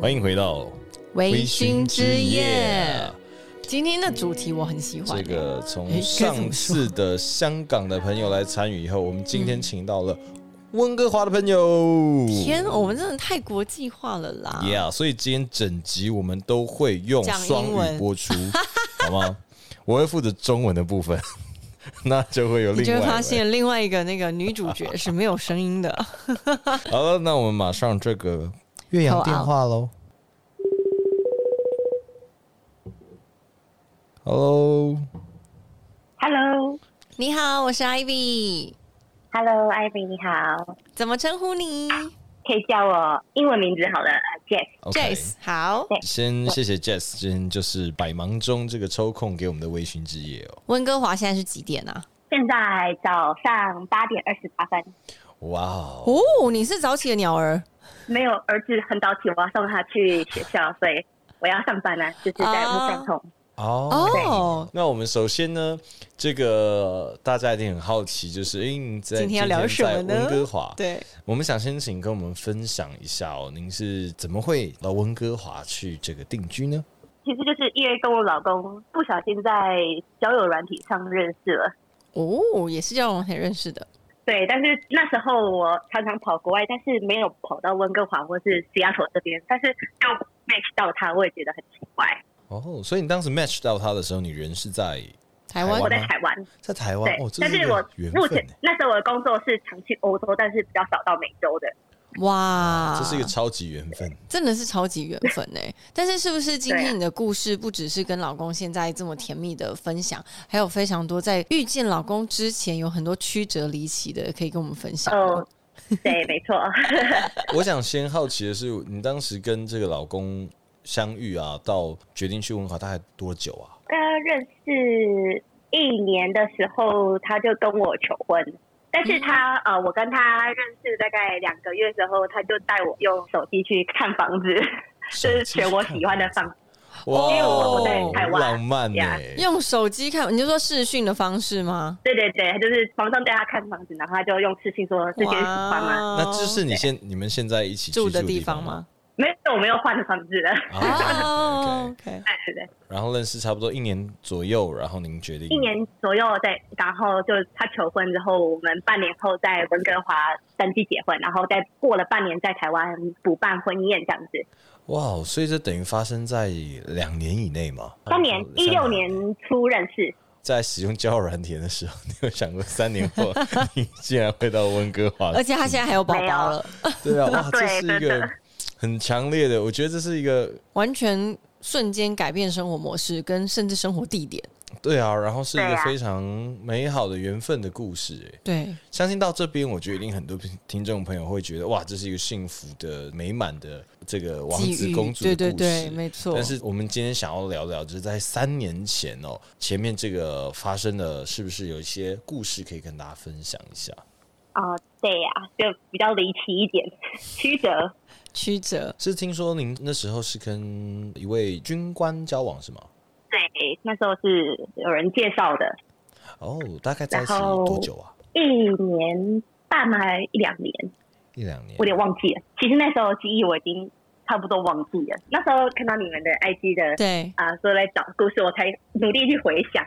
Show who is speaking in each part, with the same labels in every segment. Speaker 1: 欢迎回到
Speaker 2: 微醺之夜。今天的主题我很喜欢
Speaker 1: 啊这，个从
Speaker 2: 诶哎该怎
Speaker 1: 上
Speaker 2: 么
Speaker 1: 次的香港的朋友来参与以后，我们今天请到了温哥华的朋友。
Speaker 2: 嗯天，啊我们真的太国际化了啦！
Speaker 1: 嗯 Yeah，所以今天整集我们都会用
Speaker 2: 讲英
Speaker 1: 双语
Speaker 2: 文
Speaker 1: 播出， 好吗？我会负责中文的部分， 那就会有
Speaker 2: 你就
Speaker 1: 另外
Speaker 2: 会发
Speaker 1: 一位。
Speaker 2: 现另外一个那个女主角是没有声音的。
Speaker 1: 好了，那我们马上这
Speaker 2: 啊
Speaker 1: 个岳阳电话喽。Hello，
Speaker 3: Hello，Hello，
Speaker 2: 你好，我是 Ivy，
Speaker 3: 艾比，你好，
Speaker 2: 怎么称呼你
Speaker 3: 可以叫我英文名字好了呃，Jess。
Speaker 1: OK
Speaker 2: ？Jace，好，
Speaker 1: 先谢谢 Jess，今天就是百忙中这个抽空给我们的微醺之夜哦。
Speaker 2: 温哥华现在是几点啊？
Speaker 3: 现在早上八点二十八分，
Speaker 1: 哇哦，
Speaker 2: 哦，你是早起的鸟儿
Speaker 3: 没有儿子很早起，我要送他去学校，所以我要上班啊，就是在
Speaker 2: 哦
Speaker 3: 乌山通。
Speaker 2: 哦。
Speaker 1: 那我们首先呢，这个大家一定很好奇，就是诶，你在
Speaker 2: 今天要聊什么呢
Speaker 1: 在温哥华，
Speaker 2: 对，
Speaker 1: 我们想先请跟我们分享一下哦，您是怎么会到温哥华去这个定居呢？
Speaker 3: 其实就是因为跟我老公不小心在交友软体上认识了，
Speaker 2: 哦，也是叫我才认识的。
Speaker 3: 对，但是那时候我常常跑国外，但是没有跑到温哥华或是西雅图这边，但是就 match 到他，我也觉得很奇怪。
Speaker 1: 哦，所以你当时 match 到他的时候，你人是在台
Speaker 2: 台湾
Speaker 3: 我
Speaker 1: 湾
Speaker 3: 在台湾，
Speaker 1: 在台湾
Speaker 3: 对，
Speaker 1: 哦，这
Speaker 3: 但
Speaker 1: 一
Speaker 3: 是
Speaker 1: 个
Speaker 3: 我
Speaker 1: 缘
Speaker 3: 目
Speaker 1: 分欸
Speaker 3: 前
Speaker 1: 呢，
Speaker 3: 那时候我的工作是常去欧洲，但是比较少到美洲的。
Speaker 2: 哇，
Speaker 1: 这是一个超级缘分。
Speaker 2: 真的是超级缘分呢、但是是不是今
Speaker 3: 对啊
Speaker 2: 天你的故事不只是跟老公现在这么甜蜜的分享，还有非常多在遇见老公之前有很多曲折离奇的可以跟我们分享呢？
Speaker 3: 哦， 对，没 错，
Speaker 1: 我想先好奇的是，你当时跟这个老公相遇啊，到决定去温哥华，大概多久啊？
Speaker 3: 呃，认识一年的时候，他就跟我求婚。但
Speaker 1: 嗯
Speaker 3: 是他呃，我跟他认识大概两个月之后，他就带我用手机去看房子，就是选我喜欢的房子。
Speaker 1: 哇，
Speaker 2: 因为我
Speaker 3: 我在台湾
Speaker 1: 浪漫欸呢、
Speaker 3: 呀
Speaker 2: 用手机看，你就说视讯的方式吗？
Speaker 3: 对对对，就是房东带他看房子，然后他就用私信说这间喜欢吗？
Speaker 1: 那这是你现你们现在一起居
Speaker 2: 住
Speaker 1: 的
Speaker 2: 的地
Speaker 1: 方
Speaker 2: 方？吗？
Speaker 3: 没有，我没有换房子 了。
Speaker 1: 啊
Speaker 2: 哦
Speaker 1: ，OK，
Speaker 2: ，OK，
Speaker 3: 对对对。
Speaker 1: 然后认识差不多一年左右，然后您决定
Speaker 3: 一年左右在，然后就他求婚之后，我们半年后在温哥华登记结婚，然后再过了半年在台湾补办婚宴这样子。
Speaker 1: 哇，哦所以这等于发生在两年以内嘛？
Speaker 3: 当年一六年初认识，
Speaker 1: 在使用交友软体的时候， 你有想过三年 后你竟然会到温哥华？
Speaker 2: 而且他现在还有宝宝了，
Speaker 1: 对 啊，哇，这
Speaker 3: 对
Speaker 1: 是一
Speaker 3: 真
Speaker 1: 个
Speaker 3: 的
Speaker 1: 很强烈的，我觉得这是一个
Speaker 2: 完全瞬间改变生活模式跟甚至生活地点。
Speaker 1: 对啊，然后是一
Speaker 3: 对
Speaker 1: 个
Speaker 3: 啊
Speaker 1: 非常美好的缘分的故事、哎
Speaker 2: 对，
Speaker 1: 相信到这边，我觉得一定很多听听众朋友会觉得，哇，这是一个幸福的、美满的这个王
Speaker 2: 际
Speaker 1: 子
Speaker 2: 遇
Speaker 1: 公主
Speaker 2: 对
Speaker 1: 的
Speaker 2: 对
Speaker 1: 故事。
Speaker 2: 对，没错。
Speaker 1: 但是我们今天想要聊聊，就是在三年前哦，前面这个发生的，是不是有一些故事可以跟大家分享一下？
Speaker 3: 啊、对呀、就比较离奇一点， 曲折。
Speaker 2: 曲折，
Speaker 1: 是听说您那时候是跟一位军官交往是吗？
Speaker 3: 对，那时候是有人介绍的，
Speaker 1: 哦，大概在一起
Speaker 3: 然后
Speaker 1: 多久啊？
Speaker 3: 一年半吗还一两年，
Speaker 1: 一两年
Speaker 3: 我有。点忘记了。其实那时候记忆我已经差不多忘记了。那时候看到你们的 IG 的
Speaker 2: 对，
Speaker 3: 啊，所以来找故事，我才努力去回 想，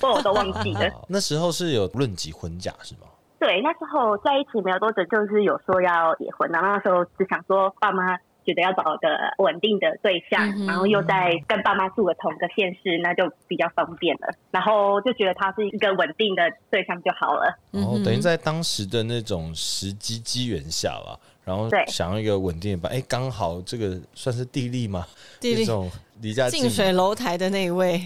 Speaker 3: 不然我都忘记
Speaker 2: 嗯
Speaker 3: 了。
Speaker 1: 哦 那时候是有论及婚嫁是吗？
Speaker 3: 对，那时候在一起没有多久，就是有说要结婚，然后那时候只想说爸妈觉得要找个稳定的对象，
Speaker 2: 嗯哼
Speaker 3: 然后又在跟爸妈住个同个县市，那就比较方便了。然后就觉得他是一个稳定的对象就好了。
Speaker 1: 然后
Speaker 2: 嗯哼
Speaker 1: 等于在当时的那种时机机缘下吧，然后
Speaker 3: 对
Speaker 1: 想要一个稳定的伴，哎，刚好这个算是地利嘛，
Speaker 2: 地
Speaker 1: 一
Speaker 2: 理
Speaker 1: 种离家近
Speaker 2: 近，水楼台的那一位，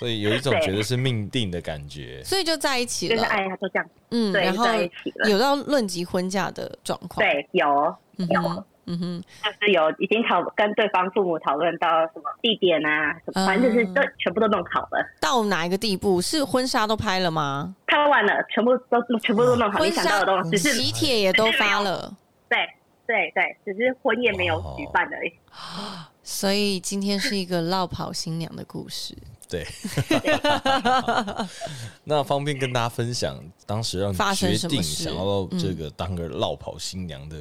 Speaker 1: 所以有一种
Speaker 3: 对
Speaker 1: 觉得是命定的感觉。
Speaker 2: 所以就在一起
Speaker 3: 就是
Speaker 2: 了。
Speaker 3: 哎呀，就这样，
Speaker 2: 嗯，
Speaker 3: 对，
Speaker 2: 然
Speaker 3: 就
Speaker 2: 后
Speaker 3: 在一起了。
Speaker 2: 有到论及婚嫁的状况。，
Speaker 3: 对，有。
Speaker 2: 嗯哼，嗯哼，
Speaker 3: 就是有已经讨跟对方父母讨论到什么地点啊，什么，反正就是
Speaker 2: 嗯
Speaker 3: 都全部都弄好了。
Speaker 2: 到哪一个地步？是婚纱都拍了吗？
Speaker 3: 拍完了，全部都全部都弄好，
Speaker 2: 婚
Speaker 3: 啊你想到
Speaker 2: 纱嗯
Speaker 3: 的东西，只是
Speaker 2: 喜帖也都发了，
Speaker 3: 对对对，只是婚
Speaker 2: 哦
Speaker 3: 宴没有举办而已。
Speaker 2: 所以今天是一个落跑新娘的故事。
Speaker 1: 对，那方便跟大家分享，当时让
Speaker 2: 发
Speaker 1: 你
Speaker 2: 生
Speaker 1: 决
Speaker 2: 什么
Speaker 1: 定
Speaker 2: 事
Speaker 1: 想要这个当个落跑新娘的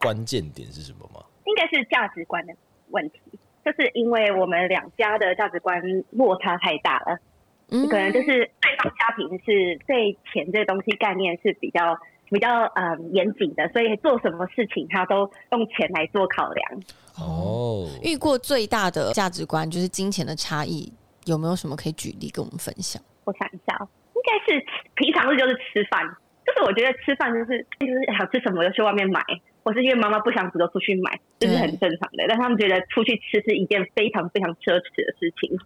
Speaker 1: 关键点是什么吗？
Speaker 3: 应该是价值观的问题，就是因为我们两家的价值观落差太大了，
Speaker 2: 嗯
Speaker 3: 可能就是对方家庭是对钱这东西概念是比较比较呃严谨的，所以做什么事情他都用钱来做考量。
Speaker 2: 嗯
Speaker 1: 哦，
Speaker 2: 遇过最大的价值观就是金钱的差异，有没有什么可以举例跟我们分享？
Speaker 3: 我想一下哦，应该是平常日就是吃饭，就是我觉得吃饭就是哎就是想吃什么就去外面买，或是因为妈妈不想煮就出去买，这、是
Speaker 2: 对
Speaker 3: 很正常的。但他们觉得出去吃是一件非常非常奢侈的事情。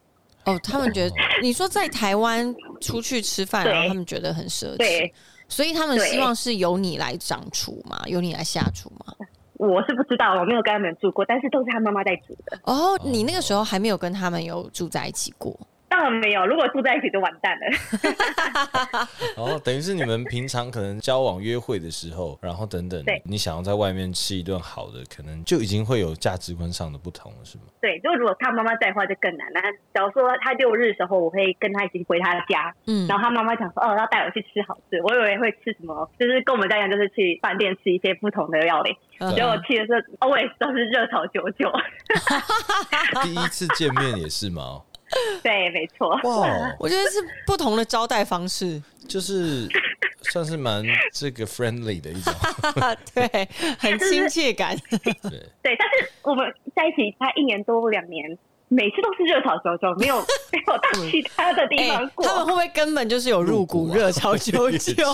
Speaker 2: 哦，他们觉得你说在台湾出去吃饭，
Speaker 3: 对
Speaker 2: 然后他们觉得很奢侈
Speaker 3: 对，
Speaker 2: 所以他们
Speaker 3: 对
Speaker 2: 希望是由你来掌厨嘛，由你来下厨 嘛。
Speaker 3: 我是不知道，我没有跟他们住过，但是都是他妈妈在煮的。
Speaker 2: 哦，你那个时候还没有跟他们有住在一起过，
Speaker 3: 当然没有，如果住在一起就完蛋了。
Speaker 1: 哦，等于是你们平常可能交往、约会的时候，然后等等
Speaker 3: 对，
Speaker 1: 你想要在外面吃一顿好的，可能就已经会有价值观上的不同了，是吗？
Speaker 3: 对，就如果他妈妈在的话就更难了。那假如说他六日的时候，我会跟他一起回他的家，
Speaker 2: 嗯
Speaker 3: 然后他妈妈讲说，哦，要带我去吃好吃，我以为会吃什么，就是跟我们家一样，就是去饭店吃一些不同的料理。
Speaker 2: 嗯
Speaker 3: 结果去的时候，always 都是热炒九九。
Speaker 1: 第一次见面也是吗？
Speaker 3: 对，啊没错。
Speaker 1: 哇哦，
Speaker 2: 我觉得是不同的招待方 式，
Speaker 1: 就是算是蛮这个 friendly 的一 种，
Speaker 2: 对，很亲切感。
Speaker 1: 对，
Speaker 3: 对，但是我们在一起才一年多两年，每次都是热炒九九，没 有没有到其他的地
Speaker 2: 哎、
Speaker 3: 方过。
Speaker 2: 他们会不会根本就是有入股
Speaker 1: 入股啊
Speaker 2: 热炒九 九？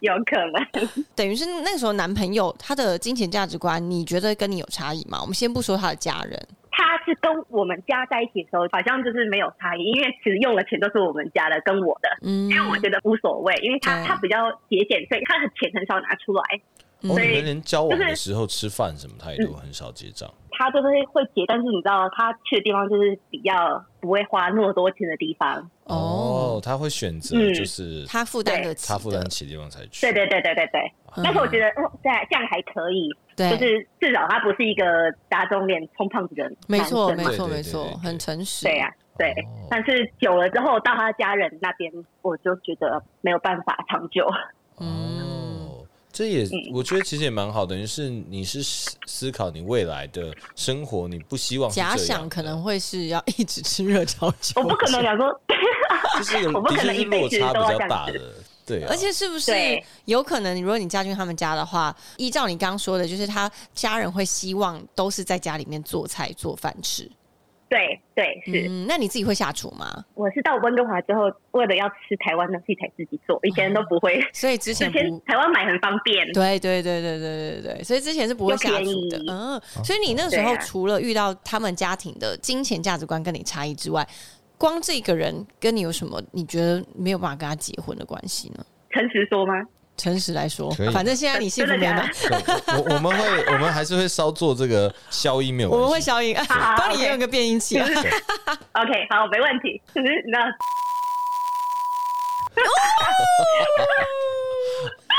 Speaker 3: 有可能。
Speaker 2: 等于是那个时候男朋友他的金钱价值观，你觉得跟你有差异吗？我们先不说他的家人，
Speaker 3: 他是跟我们家在一起的时候，好像就是没有差异，因为其实用的钱都是我们家的跟我的，
Speaker 2: 嗯
Speaker 3: 因为我觉得无所谓，因为他
Speaker 2: 对
Speaker 3: 他比较节俭，所以他的钱很少拿出来，
Speaker 1: 哦，
Speaker 3: 所
Speaker 1: 你
Speaker 3: 以
Speaker 1: 们连交往
Speaker 3: 就
Speaker 1: 的
Speaker 3: 是
Speaker 1: 时候吃饭什么，他也都很少结账。
Speaker 3: 他就是会节，但是你知道他去的地方就是比较不会花那么多钱的地方。
Speaker 2: 哦
Speaker 1: 哦，他会选择
Speaker 3: 嗯
Speaker 1: 就是
Speaker 2: 他负担得起的，
Speaker 1: 他负担起的地方才去。
Speaker 3: 对对对对对对，
Speaker 2: 嗯
Speaker 3: 但是我觉得哦，这样这样还可以，
Speaker 2: 对，
Speaker 3: 就是至少他不是一个打肿脸充胖子的男生
Speaker 2: 没错没
Speaker 3: 嘛
Speaker 2: 错
Speaker 1: 对对对
Speaker 2: 没错，
Speaker 1: 对
Speaker 2: 很诚实。
Speaker 3: 对呀、啊对
Speaker 1: 哦。
Speaker 3: 但是久了之后到他家人那边，我就觉得没有办法 长久。
Speaker 2: 嗯
Speaker 1: 哦，这也我觉得其实也蛮好，等于是你是思思考你未来的生活，你不希望哦是这样
Speaker 2: 假
Speaker 1: 的
Speaker 2: 想可能会是要一直吃热 炒九，
Speaker 3: 我不可能。讲说，
Speaker 1: 这是一个
Speaker 3: 我不
Speaker 1: 的
Speaker 3: 可
Speaker 1: 确
Speaker 3: 能
Speaker 1: 是
Speaker 3: 一辈
Speaker 1: 落
Speaker 3: 子
Speaker 1: 差
Speaker 3: 都要
Speaker 1: 比
Speaker 3: 这
Speaker 1: 较
Speaker 3: 样
Speaker 1: 大
Speaker 3: 子
Speaker 1: 的，对啊，
Speaker 2: 而且是不是
Speaker 3: 对
Speaker 2: 有可能，如果你嫁去他们家的话，依照你刚刚说的，就是他家人会希望都是在家里面做菜做饭吃。
Speaker 3: 对对是，
Speaker 2: 嗯，那你自己会下厨吗？
Speaker 3: 我是到温哥华之后，为了要吃台湾东西才自己做，以前都 不会。
Speaker 2: 所以之前
Speaker 3: 以
Speaker 2: 不
Speaker 3: 前台湾买很方便，
Speaker 2: 对对对对对对对对，所以之前是不会下厨的
Speaker 3: 又便，宜
Speaker 1: 哦
Speaker 2: 嗯，所以你那时
Speaker 3: 对
Speaker 2: 候
Speaker 3: 啊
Speaker 2: 除了遇到他们家庭的金钱价值观跟你差异之外，光这个人跟你有什么你觉得没有办法跟他结婚的关系呢？
Speaker 3: 诚实说吗？
Speaker 2: 诚实来说
Speaker 1: 可以，啊
Speaker 2: 反正现在你幸福
Speaker 3: 真的
Speaker 2: 美
Speaker 3: 假的
Speaker 2: 满，
Speaker 1: 对我我 们会我们还是会稍做这个消音，没有
Speaker 2: 我们会
Speaker 1: 关系
Speaker 2: 消音，
Speaker 3: 好
Speaker 2: 帮你
Speaker 3: OK
Speaker 2: 用一个变音器啊。
Speaker 3: OK，好，没问题。 只是你知道，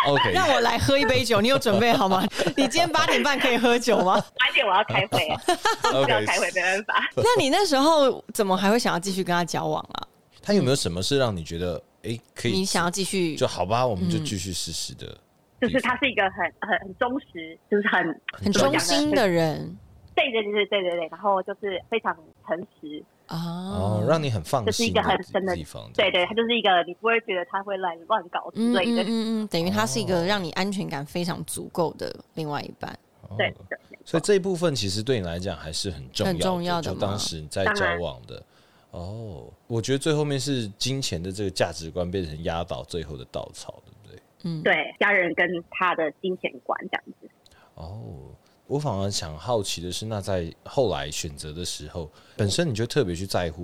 Speaker 1: OK，
Speaker 2: 让我来喝一杯酒，你有准备好吗？你今天八点半可以喝酒 吗？
Speaker 3: 晚点我要开会，
Speaker 1: OK
Speaker 3: 要开会没办法。
Speaker 2: 那你那时候怎么还会想要继续跟他交往啊？
Speaker 1: 他有没有什么是让你觉得哎可
Speaker 2: 你
Speaker 1: 以
Speaker 2: 想要继续
Speaker 1: 就好吧，我们就继续试试的地
Speaker 3: 就
Speaker 1: 方？
Speaker 3: 是他是一个很很很忠实，就是很
Speaker 2: 很
Speaker 3: 怎么
Speaker 2: 忠
Speaker 3: 讲呢
Speaker 2: 心的人
Speaker 3: 对对对对对对对，然后就是非常诚实，
Speaker 2: 啊
Speaker 1: 哦，，让你很放
Speaker 3: 这是一
Speaker 1: 心
Speaker 3: 个很深
Speaker 1: 的
Speaker 3: 的
Speaker 1: 地方。
Speaker 3: 对对，他就是一个你不会觉得他会来乱搞之
Speaker 2: 嗯
Speaker 3: 类
Speaker 2: 嗯
Speaker 3: 的
Speaker 2: 嗯，嗯，等于他是一
Speaker 1: 哦
Speaker 2: 个让你安全感非常足够的另外一半。
Speaker 1: 哦
Speaker 3: 对对，
Speaker 1: 所以这一部分其实对你来讲还是很重要
Speaker 2: 很重要的
Speaker 1: 就
Speaker 2: 嘛
Speaker 1: 当时你在
Speaker 3: 当
Speaker 1: 交
Speaker 3: 然
Speaker 1: 往的哦，我觉得最后面是金钱的这个价值观变成压倒最后的稻草，对不对？
Speaker 2: 嗯，
Speaker 3: 对家人跟他的金钱观这样子。
Speaker 1: 哦，我反而想好奇的是，那在后来选择的时候，本身你就特别去在乎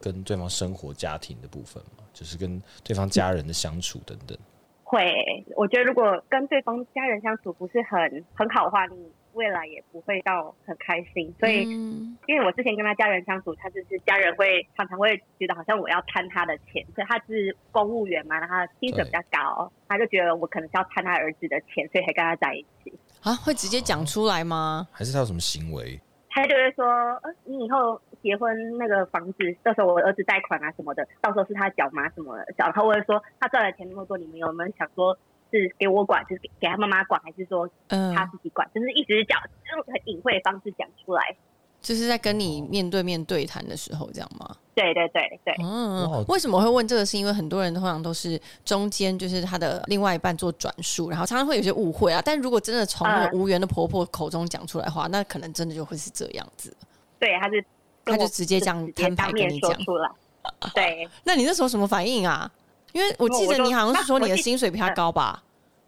Speaker 1: 跟对方生活、家庭的部分嘛，就是跟对方家人的相处等等。
Speaker 3: 会，我觉得如果跟对方家人相处不是很很好的话，你未来也不会到很开心。所以，
Speaker 2: 嗯
Speaker 3: 因为我之前跟他家人相处，他就是家人会常常会觉得好像我要贪他的钱，所以他是公务员嘛，然后他薪水比较高，他就觉得我可能是要贪他儿子的钱，所以才跟他在一起。
Speaker 2: 啊，会直接讲出来吗？
Speaker 1: 还是他有什么行为？
Speaker 3: 他就会说，呃，你以后结婚那个房子，到时候我儿子贷款啊什么的，到时候是他缴嘛什么的，然后我就说他赚的钱那么多，你们有没有想说是给我管，就是给给他妈妈管，还是说
Speaker 2: 嗯、
Speaker 3: 他自己管？就是一直讲，用很隐晦的方式讲出来。
Speaker 2: 就是在跟你面对面对谈的时候，这样吗？
Speaker 3: 对对对对，
Speaker 1: 哇哦
Speaker 2: 嗯，为什么会问这个？是因为很多人通常都是中间就是他的另外一半做转述，然后常常会有些误会啊。但如果真的从那个无缘的婆婆口中讲出来的话，那可能真的就会是这样子。
Speaker 3: 对，他是
Speaker 2: 他就直接这样
Speaker 3: 直接
Speaker 2: 摊牌
Speaker 3: 当
Speaker 2: 跟
Speaker 3: 面
Speaker 2: 你
Speaker 3: 说
Speaker 2: 讲。
Speaker 3: 出 来。对
Speaker 2: 那你那时候什么反应啊？因为我记
Speaker 3: 我
Speaker 2: 得
Speaker 3: 就
Speaker 2: 你好像是说你
Speaker 3: 那
Speaker 2: 的
Speaker 3: 我记
Speaker 2: 薪水比他高吧？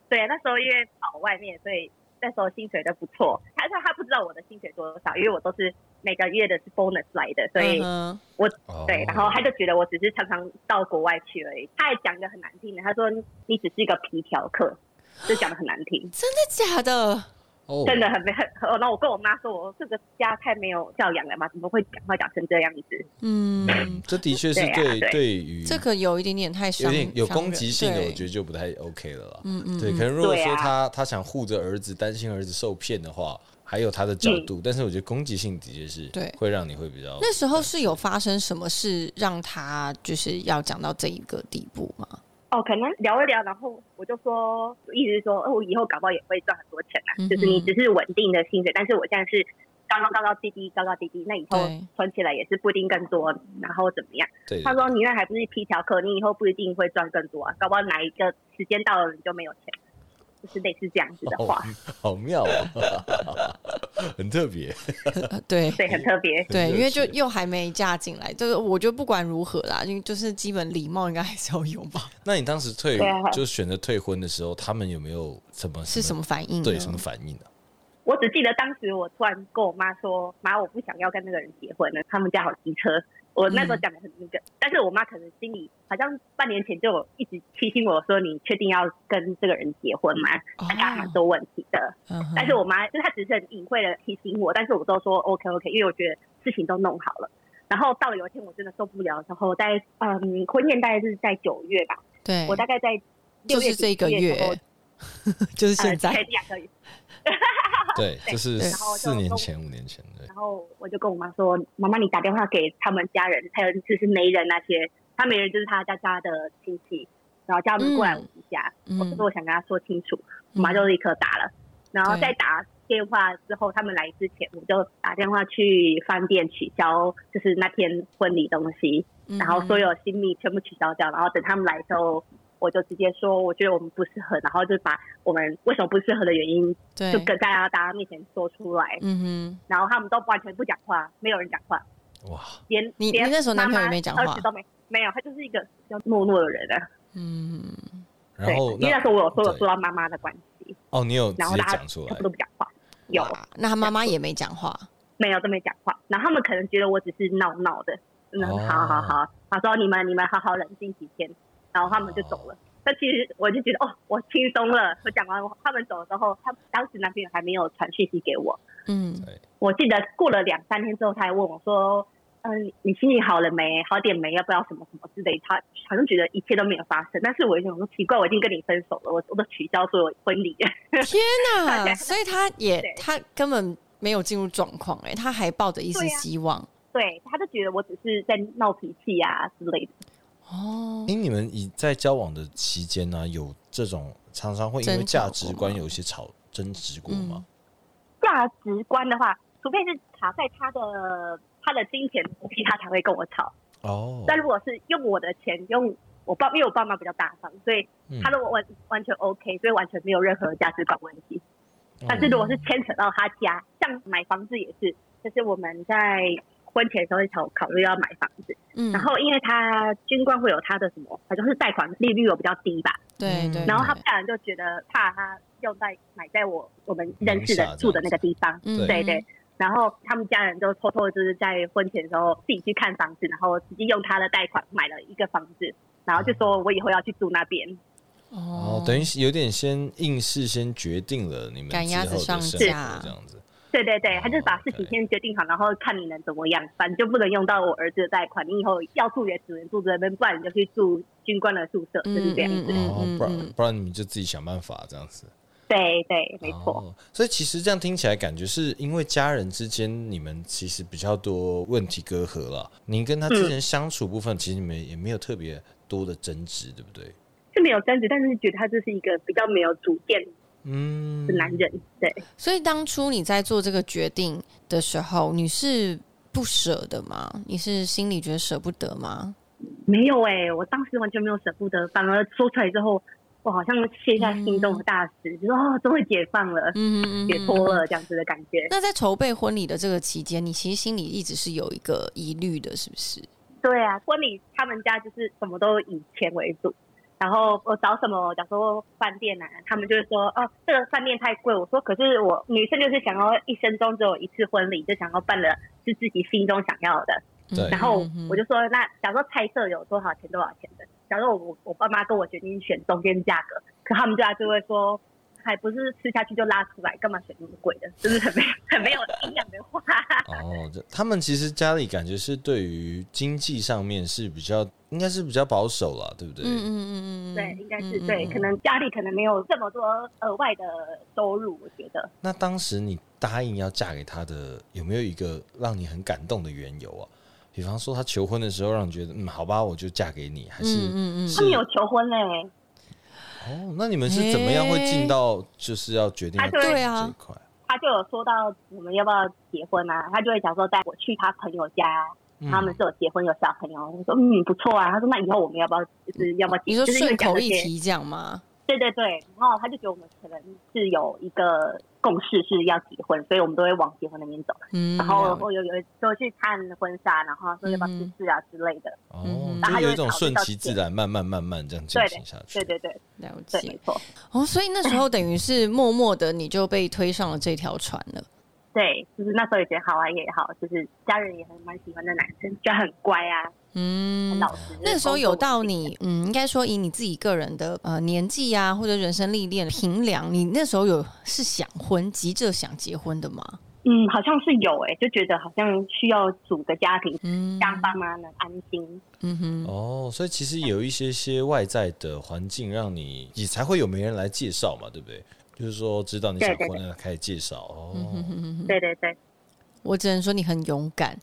Speaker 3: 对，那时候因为跑外面，所以那时候薪水都不错。他说他不知道我的薪水多少，因为我都是每个月的是 bonus 来的，所以、
Speaker 2: 嗯哼
Speaker 1: 哦
Speaker 3: 对，然后他就觉得我只是常常到国外去而已。他还讲的很难听的，他说你只是一个皮条客，就讲的很难听，
Speaker 2: 真的假的？
Speaker 1: 哦
Speaker 3: 真的很没很。很然后我跟我妈说，我这个家太没有教养了嘛，怎么会讲话讲成这样子？
Speaker 2: 嗯，
Speaker 1: 这的确是
Speaker 3: 对啊
Speaker 1: 对
Speaker 3: 对
Speaker 1: 对于
Speaker 2: 这个有一点点太伤
Speaker 1: 有点有
Speaker 2: 伤人
Speaker 1: 攻击性的，
Speaker 2: 对
Speaker 1: 我觉得就不太 OK 了啦。
Speaker 2: 嗯嗯，
Speaker 1: 对，
Speaker 2: 嗯
Speaker 1: 可能如果
Speaker 3: 对
Speaker 1: 说
Speaker 3: 啊
Speaker 1: 他他想护着儿子，担心儿子受骗的话，还有他的角
Speaker 3: 嗯
Speaker 1: 度，但是我觉得攻击性的确是
Speaker 2: 对
Speaker 1: 会让你会比较
Speaker 2: 那时候是有发生什么事让他就是要讲到这一个地步吗？
Speaker 3: 哦，可能聊一聊，然后我就说，意思是说，哦，我以后搞不好也会赚很多钱啊。
Speaker 2: 嗯哼
Speaker 3: 就是你只是稳定的薪水，但是我现在是高高高高低低高高低低，那以后
Speaker 2: 对
Speaker 3: 存起来也是不一定更多，然后怎么样？
Speaker 1: 对。
Speaker 3: 他说你那还不是皮条客，你以后不一定会赚更多啊，搞不好哪一个时间到了你就没有钱，就是类似这样子的
Speaker 1: 好
Speaker 3: 话，
Speaker 1: 好
Speaker 2: 哦
Speaker 1: 妙啊，很特别。
Speaker 2: 呃对。
Speaker 3: 对，很特别。
Speaker 2: 对，
Speaker 1: 热
Speaker 2: 因为就
Speaker 1: 情
Speaker 2: 又还没嫁进来，就是我觉得不管如何啦，因为就是基本礼貌应该还是要有 吧。
Speaker 1: 那你当时退
Speaker 3: 对啊
Speaker 1: 就选择退婚的时候，他们有没有什么
Speaker 2: 是什么反应呢？
Speaker 1: 对什么反应啊？
Speaker 3: 我只记得当时我突然跟我妈说：“妈，我不想要跟那个人结婚了，他们家好机车。”我那时候讲的很那
Speaker 2: 嗯
Speaker 3: 个，但是我妈可能心里好像半年前就有一直提醒我说：“你确定要跟这个人结婚吗？”
Speaker 2: 哦
Speaker 3: 大家蛮多问题的。
Speaker 2: 嗯哼
Speaker 3: 但是我妈就是她只是很隐晦的提醒我，但是我都说 OK OK，因为我觉得事情都弄好了。然后到了有一天我真的受不了的时候，在嗯婚宴大概是在九月吧，
Speaker 2: 对，
Speaker 3: 我大概在
Speaker 2: 就
Speaker 3: 六月
Speaker 2: 是这一个
Speaker 3: 底的时候
Speaker 2: 月， 就是现在
Speaker 3: 呃、，前两个月，
Speaker 1: 对，这是
Speaker 2: 对
Speaker 1: 四年前、五年前，对，
Speaker 3: 然后我就跟我妈说：“妈妈，你打电话给他们家人，还有就是媒人那些，他媒人就是他家家的亲戚，然后叫他们过来我们家。
Speaker 2: 嗯
Speaker 3: 我就说我想跟他说清楚，我妈就立刻打了。然后在打电话之后，他们来之前，我就打电话去饭店取消，就是那天婚礼东西，
Speaker 2: 嗯
Speaker 3: 然后所有新密全部取消掉，然后等他们来之后。我就直接说，我觉得我们不适合，然后就把我们为什么不适合的原因，
Speaker 2: 对
Speaker 3: 就，跟大家大家面前说出来。
Speaker 2: 嗯
Speaker 3: 然后他们都完全不讲话，没有人讲话，
Speaker 1: 哇，
Speaker 3: 连
Speaker 2: 你
Speaker 3: 连
Speaker 2: 你那时候男朋友也没讲话
Speaker 3: 妈妈儿子都没没有，他就是一个比较懦弱的人啊。
Speaker 2: 哼嗯，
Speaker 1: 然后
Speaker 3: 对因为那时候我有说
Speaker 1: 对
Speaker 3: 有说到妈妈的关系，
Speaker 1: 哦，你有直
Speaker 3: 然后
Speaker 1: 接
Speaker 3: 大家
Speaker 1: 讲出
Speaker 3: 他
Speaker 1: 来啊
Speaker 3: 们，都不讲话，有
Speaker 2: 哇那他妈妈也没讲话，
Speaker 3: 没有都没讲话，然后他们可能觉得我只是闹闹的，嗯，
Speaker 1: 哦
Speaker 3: 好好好，他说你们你们好好冷静几天，然后他们就走了。但其实我就觉得哦，我轻松了。我讲完我他们走了之后，他当时男朋友还没有传讯息给我，
Speaker 2: 嗯，
Speaker 3: 我记得过了两三天之后，他还问我说：“嗯，你心情好了没？好点没？要不要什么什么之类？”他好像觉得一切都没有发生，但是我就想说，奇怪，我已经跟你分手了，我我都取消所有婚礼。
Speaker 2: 天哪！
Speaker 3: 对
Speaker 2: 所以他也
Speaker 3: 对
Speaker 2: 他根本没有进入状况，哎，他还抱着一丝
Speaker 3: 对啊
Speaker 2: 希望
Speaker 3: 对，他就觉得我只是在闹脾气啊之类的。
Speaker 2: 哦
Speaker 1: 因。哎为你们以在交往的期间呢、有这种常常会因为
Speaker 2: 争吵
Speaker 1: 价
Speaker 2: 过
Speaker 1: 值观
Speaker 2: 吗嗯
Speaker 1: 有一些吵争执过吗？
Speaker 3: 价值观的话，除非是卡在他的他的金钱东西，他才会跟我吵。
Speaker 1: 哦，
Speaker 3: 但如果是用我的钱，用我爸，因为我爸妈比较大方，所以
Speaker 1: 嗯
Speaker 3: 他如果完完全 OK，所以完全没有任何价值观问题。
Speaker 1: 哦
Speaker 3: 但
Speaker 2: 哦
Speaker 3: 是如果是牵扯到他家，像买房子也是，就是我们在婚前的时候会考考虑要买房子，
Speaker 2: 嗯
Speaker 3: 然后因为他军官会有他的什么，好像是贷款利率有比较低吧，
Speaker 2: 对对，
Speaker 3: 嗯然后他
Speaker 2: 对
Speaker 3: 家人就觉得怕他用在买在我我们认识
Speaker 1: 名下
Speaker 3: 的住的那个地方，
Speaker 2: 嗯
Speaker 1: 对
Speaker 3: 对对。然后他们家人就偷偷就是在婚前的时候自己去看房子，然后直接用他的贷款买了一个房子，然后就说我以后要去住那边，
Speaker 1: 哦
Speaker 2: 哦，，
Speaker 1: 等于是有点先应试先决定了你们
Speaker 2: 赶
Speaker 1: 之
Speaker 2: 鸭
Speaker 1: 后
Speaker 2: 子
Speaker 1: 的
Speaker 2: 上
Speaker 1: 生活
Speaker 2: 架
Speaker 1: 这样子。
Speaker 3: 对对对，他就是把
Speaker 1: 哦
Speaker 3: 事情
Speaker 1: 对
Speaker 3: 先决定好，然后看你能怎么样，反正就不能用到我儿子的贷款，你以后要住也只能住这边，不然你就去住军官的宿舍，就是这样子。
Speaker 2: 嗯
Speaker 1: 哦，
Speaker 2: 嗯
Speaker 1: 不
Speaker 2: 嗯
Speaker 1: 然不然你们就自己想办法这样子。
Speaker 3: 对对，没错。
Speaker 1: 哦所以其实这样听起来，感觉是因为家人之间你们其实比较多问题隔阂了。您跟他
Speaker 3: 嗯
Speaker 1: 之间相处部分，其实你们也没有特别多的争执，对不对？
Speaker 3: 是没有争执，但是觉得他就是一个比较没有主见
Speaker 1: 嗯
Speaker 3: 的，男人。对，
Speaker 2: 所以当初你在做这个决定的时候，你是不舍得吗？你是心里觉得舍不得吗？
Speaker 3: 没有哎、我当时完全没有舍不得，反而说出来之后，我好像卸下心中的大石，就说哦，终于解放了，
Speaker 2: 嗯嗯嗯，
Speaker 3: 解脱了这样子的感觉。
Speaker 2: 那在筹备婚礼的这个期间，你其实心里一直是有一个疑虑的，是不是？
Speaker 3: 对啊，婚礼他们家就是什么都以钱为主。然后我找什么，假如说饭店啊，他们就是说，哦，这个饭店太贵。我说，可是我女生就是想要一生中只有一次婚礼，就想要办的是自己心中想要的。
Speaker 1: 对
Speaker 3: 然后
Speaker 2: 嗯
Speaker 3: 我就说，那假如说菜色有多少钱多少钱的，假如我我爸妈跟我决定选中间价格，可他们家就会说，还不是吃下去就拉出来，干嘛选那么贵的？就是很没 有很没有营养的话。
Speaker 1: 哦，这他们其实家里感觉是对于经济上面是比较，应该是比较保守了，对不对？
Speaker 2: 嗯嗯嗯嗯嗯，
Speaker 3: 对，应该是
Speaker 2: 嗯嗯
Speaker 3: 对，
Speaker 2: 嗯
Speaker 3: 可能家里可能没有这么多额外的收入，我觉得
Speaker 1: 那当时你答应要嫁给他的，有没有一个让你很感动的缘由啊？比方说他求婚的时候，让你觉得嗯，好吧，我就嫁给你，还是、
Speaker 2: 嗯嗯嗯
Speaker 1: 是
Speaker 3: 他们有求婚嘞、
Speaker 1: 哦？那你们是怎么样会进到就是要决定要
Speaker 3: 啊对
Speaker 1: 结
Speaker 2: 啊
Speaker 1: 这一块？
Speaker 3: 他就有说到我们要不要结婚啊，他就会讲说带我去他朋友家，
Speaker 1: 嗯
Speaker 3: 他们是有结婚有小朋友，我说嗯不错啊，他说那以后我们要不要就是
Speaker 1: 嗯
Speaker 3: 要不要结？
Speaker 2: 你说
Speaker 3: 就是因为
Speaker 2: 顺
Speaker 3: 讲
Speaker 2: 口
Speaker 3: 这
Speaker 2: 一
Speaker 3: 些
Speaker 2: 提这样吗？
Speaker 3: 对对对，然后他就觉得我们可能是有一个共识是要结婚，所以我们都会往结婚那边走。
Speaker 2: 嗯，
Speaker 3: 然后我有有就去看婚纱，然后说要不要试试啊之类的。
Speaker 1: 哦
Speaker 2: 嗯，
Speaker 1: 就
Speaker 3: 然后
Speaker 1: 有一
Speaker 3: 他就
Speaker 1: 种
Speaker 3: 会
Speaker 1: 顺
Speaker 3: 考虑到
Speaker 1: 其自
Speaker 3: 点
Speaker 1: 然，慢慢慢慢这样进
Speaker 3: 对
Speaker 1: 行下去。
Speaker 3: 对对对
Speaker 2: 了
Speaker 3: 对，没
Speaker 2: 解
Speaker 3: 错，
Speaker 2: 哦，所以那时候等于是默默的你就被推上了这条船了。
Speaker 3: 对，就是那时候也觉得好玩也好，就是家人也很蛮喜欢的男生，就很乖啊，很
Speaker 2: 嗯，
Speaker 3: 老实。
Speaker 2: 那时候有到你，嗯，应该说以你自己个人的呃年纪啊，或者人生历练评量，你那时候有是想婚，急着想结婚的吗？
Speaker 3: 嗯，好像是有诶、就觉得好像需要组个家庭，
Speaker 2: 嗯，
Speaker 3: 让爸妈能安心。
Speaker 2: 嗯哼，
Speaker 1: 哦，所以其实有一些些外在的环境，让你也才会有媒人来介绍嘛，对不对？就是说知道你想
Speaker 3: 对对
Speaker 1: 婚了，开始介绍哦。
Speaker 2: 嗯哼哼哼哼，
Speaker 3: 对对对，
Speaker 2: 我只能说你很勇敢。